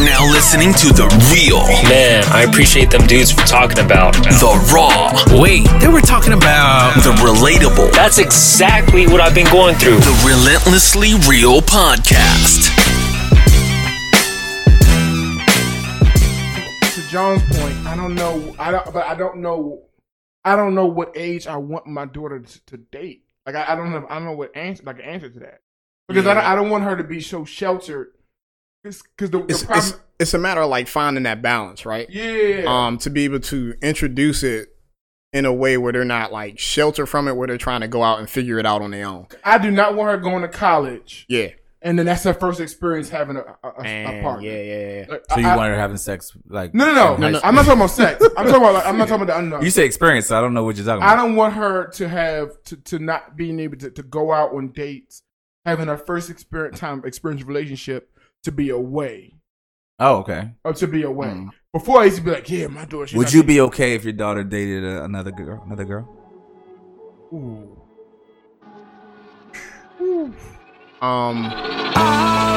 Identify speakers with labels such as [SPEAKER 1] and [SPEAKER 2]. [SPEAKER 1] listening to The Real,
[SPEAKER 2] Man, I appreciate them dudes for talking about.
[SPEAKER 1] The Raw,
[SPEAKER 3] Wait, they were talking about
[SPEAKER 1] The Relatable,
[SPEAKER 2] That's exactly what I've been going through.
[SPEAKER 1] The Relentlessly Real Podcast.
[SPEAKER 4] to John's point, I don't know. I don't, but I don't know. I don't know what age I want my daughter to, to date. Like I, I don't have. I don't know what answer. Like an answer to that because I, don't, I don't want her to be so sheltered. Because the,
[SPEAKER 5] It's,
[SPEAKER 4] the problem.
[SPEAKER 5] it's it's a matter of like finding that balance, right?
[SPEAKER 4] yeah.
[SPEAKER 5] Um, to be able to introduce it in a way where they're not like sheltered from it, where they're trying to go out and figure it out on their own.
[SPEAKER 4] I do not want her going to college,
[SPEAKER 5] Yeah,
[SPEAKER 4] and then that's her first experience having a, a, a, a
[SPEAKER 5] And
[SPEAKER 4] partner.
[SPEAKER 5] yeah, yeah, yeah.
[SPEAKER 4] Like,
[SPEAKER 3] so you
[SPEAKER 4] I- I-
[SPEAKER 3] wanted her having sex like
[SPEAKER 4] no, no, no,
[SPEAKER 3] in
[SPEAKER 4] no, no.
[SPEAKER 3] high school.
[SPEAKER 4] I'm not talking about sex. I'm talking about. Like, I'm not talking about the unknown.
[SPEAKER 3] You say experience, so I don't know what you're talking
[SPEAKER 4] I
[SPEAKER 3] about.
[SPEAKER 4] don't want her to have to, to not being able to, to go out on dates, having her first experience time experience relationship to be away
[SPEAKER 3] Oh, okay.
[SPEAKER 4] or to be away. Before I used to be like, yeah, my daughter. she's
[SPEAKER 3] Mm. Would
[SPEAKER 4] not-
[SPEAKER 3] you be okay if your daughter dated uh, another girl? Another girl?
[SPEAKER 4] Ooh.
[SPEAKER 5] Um,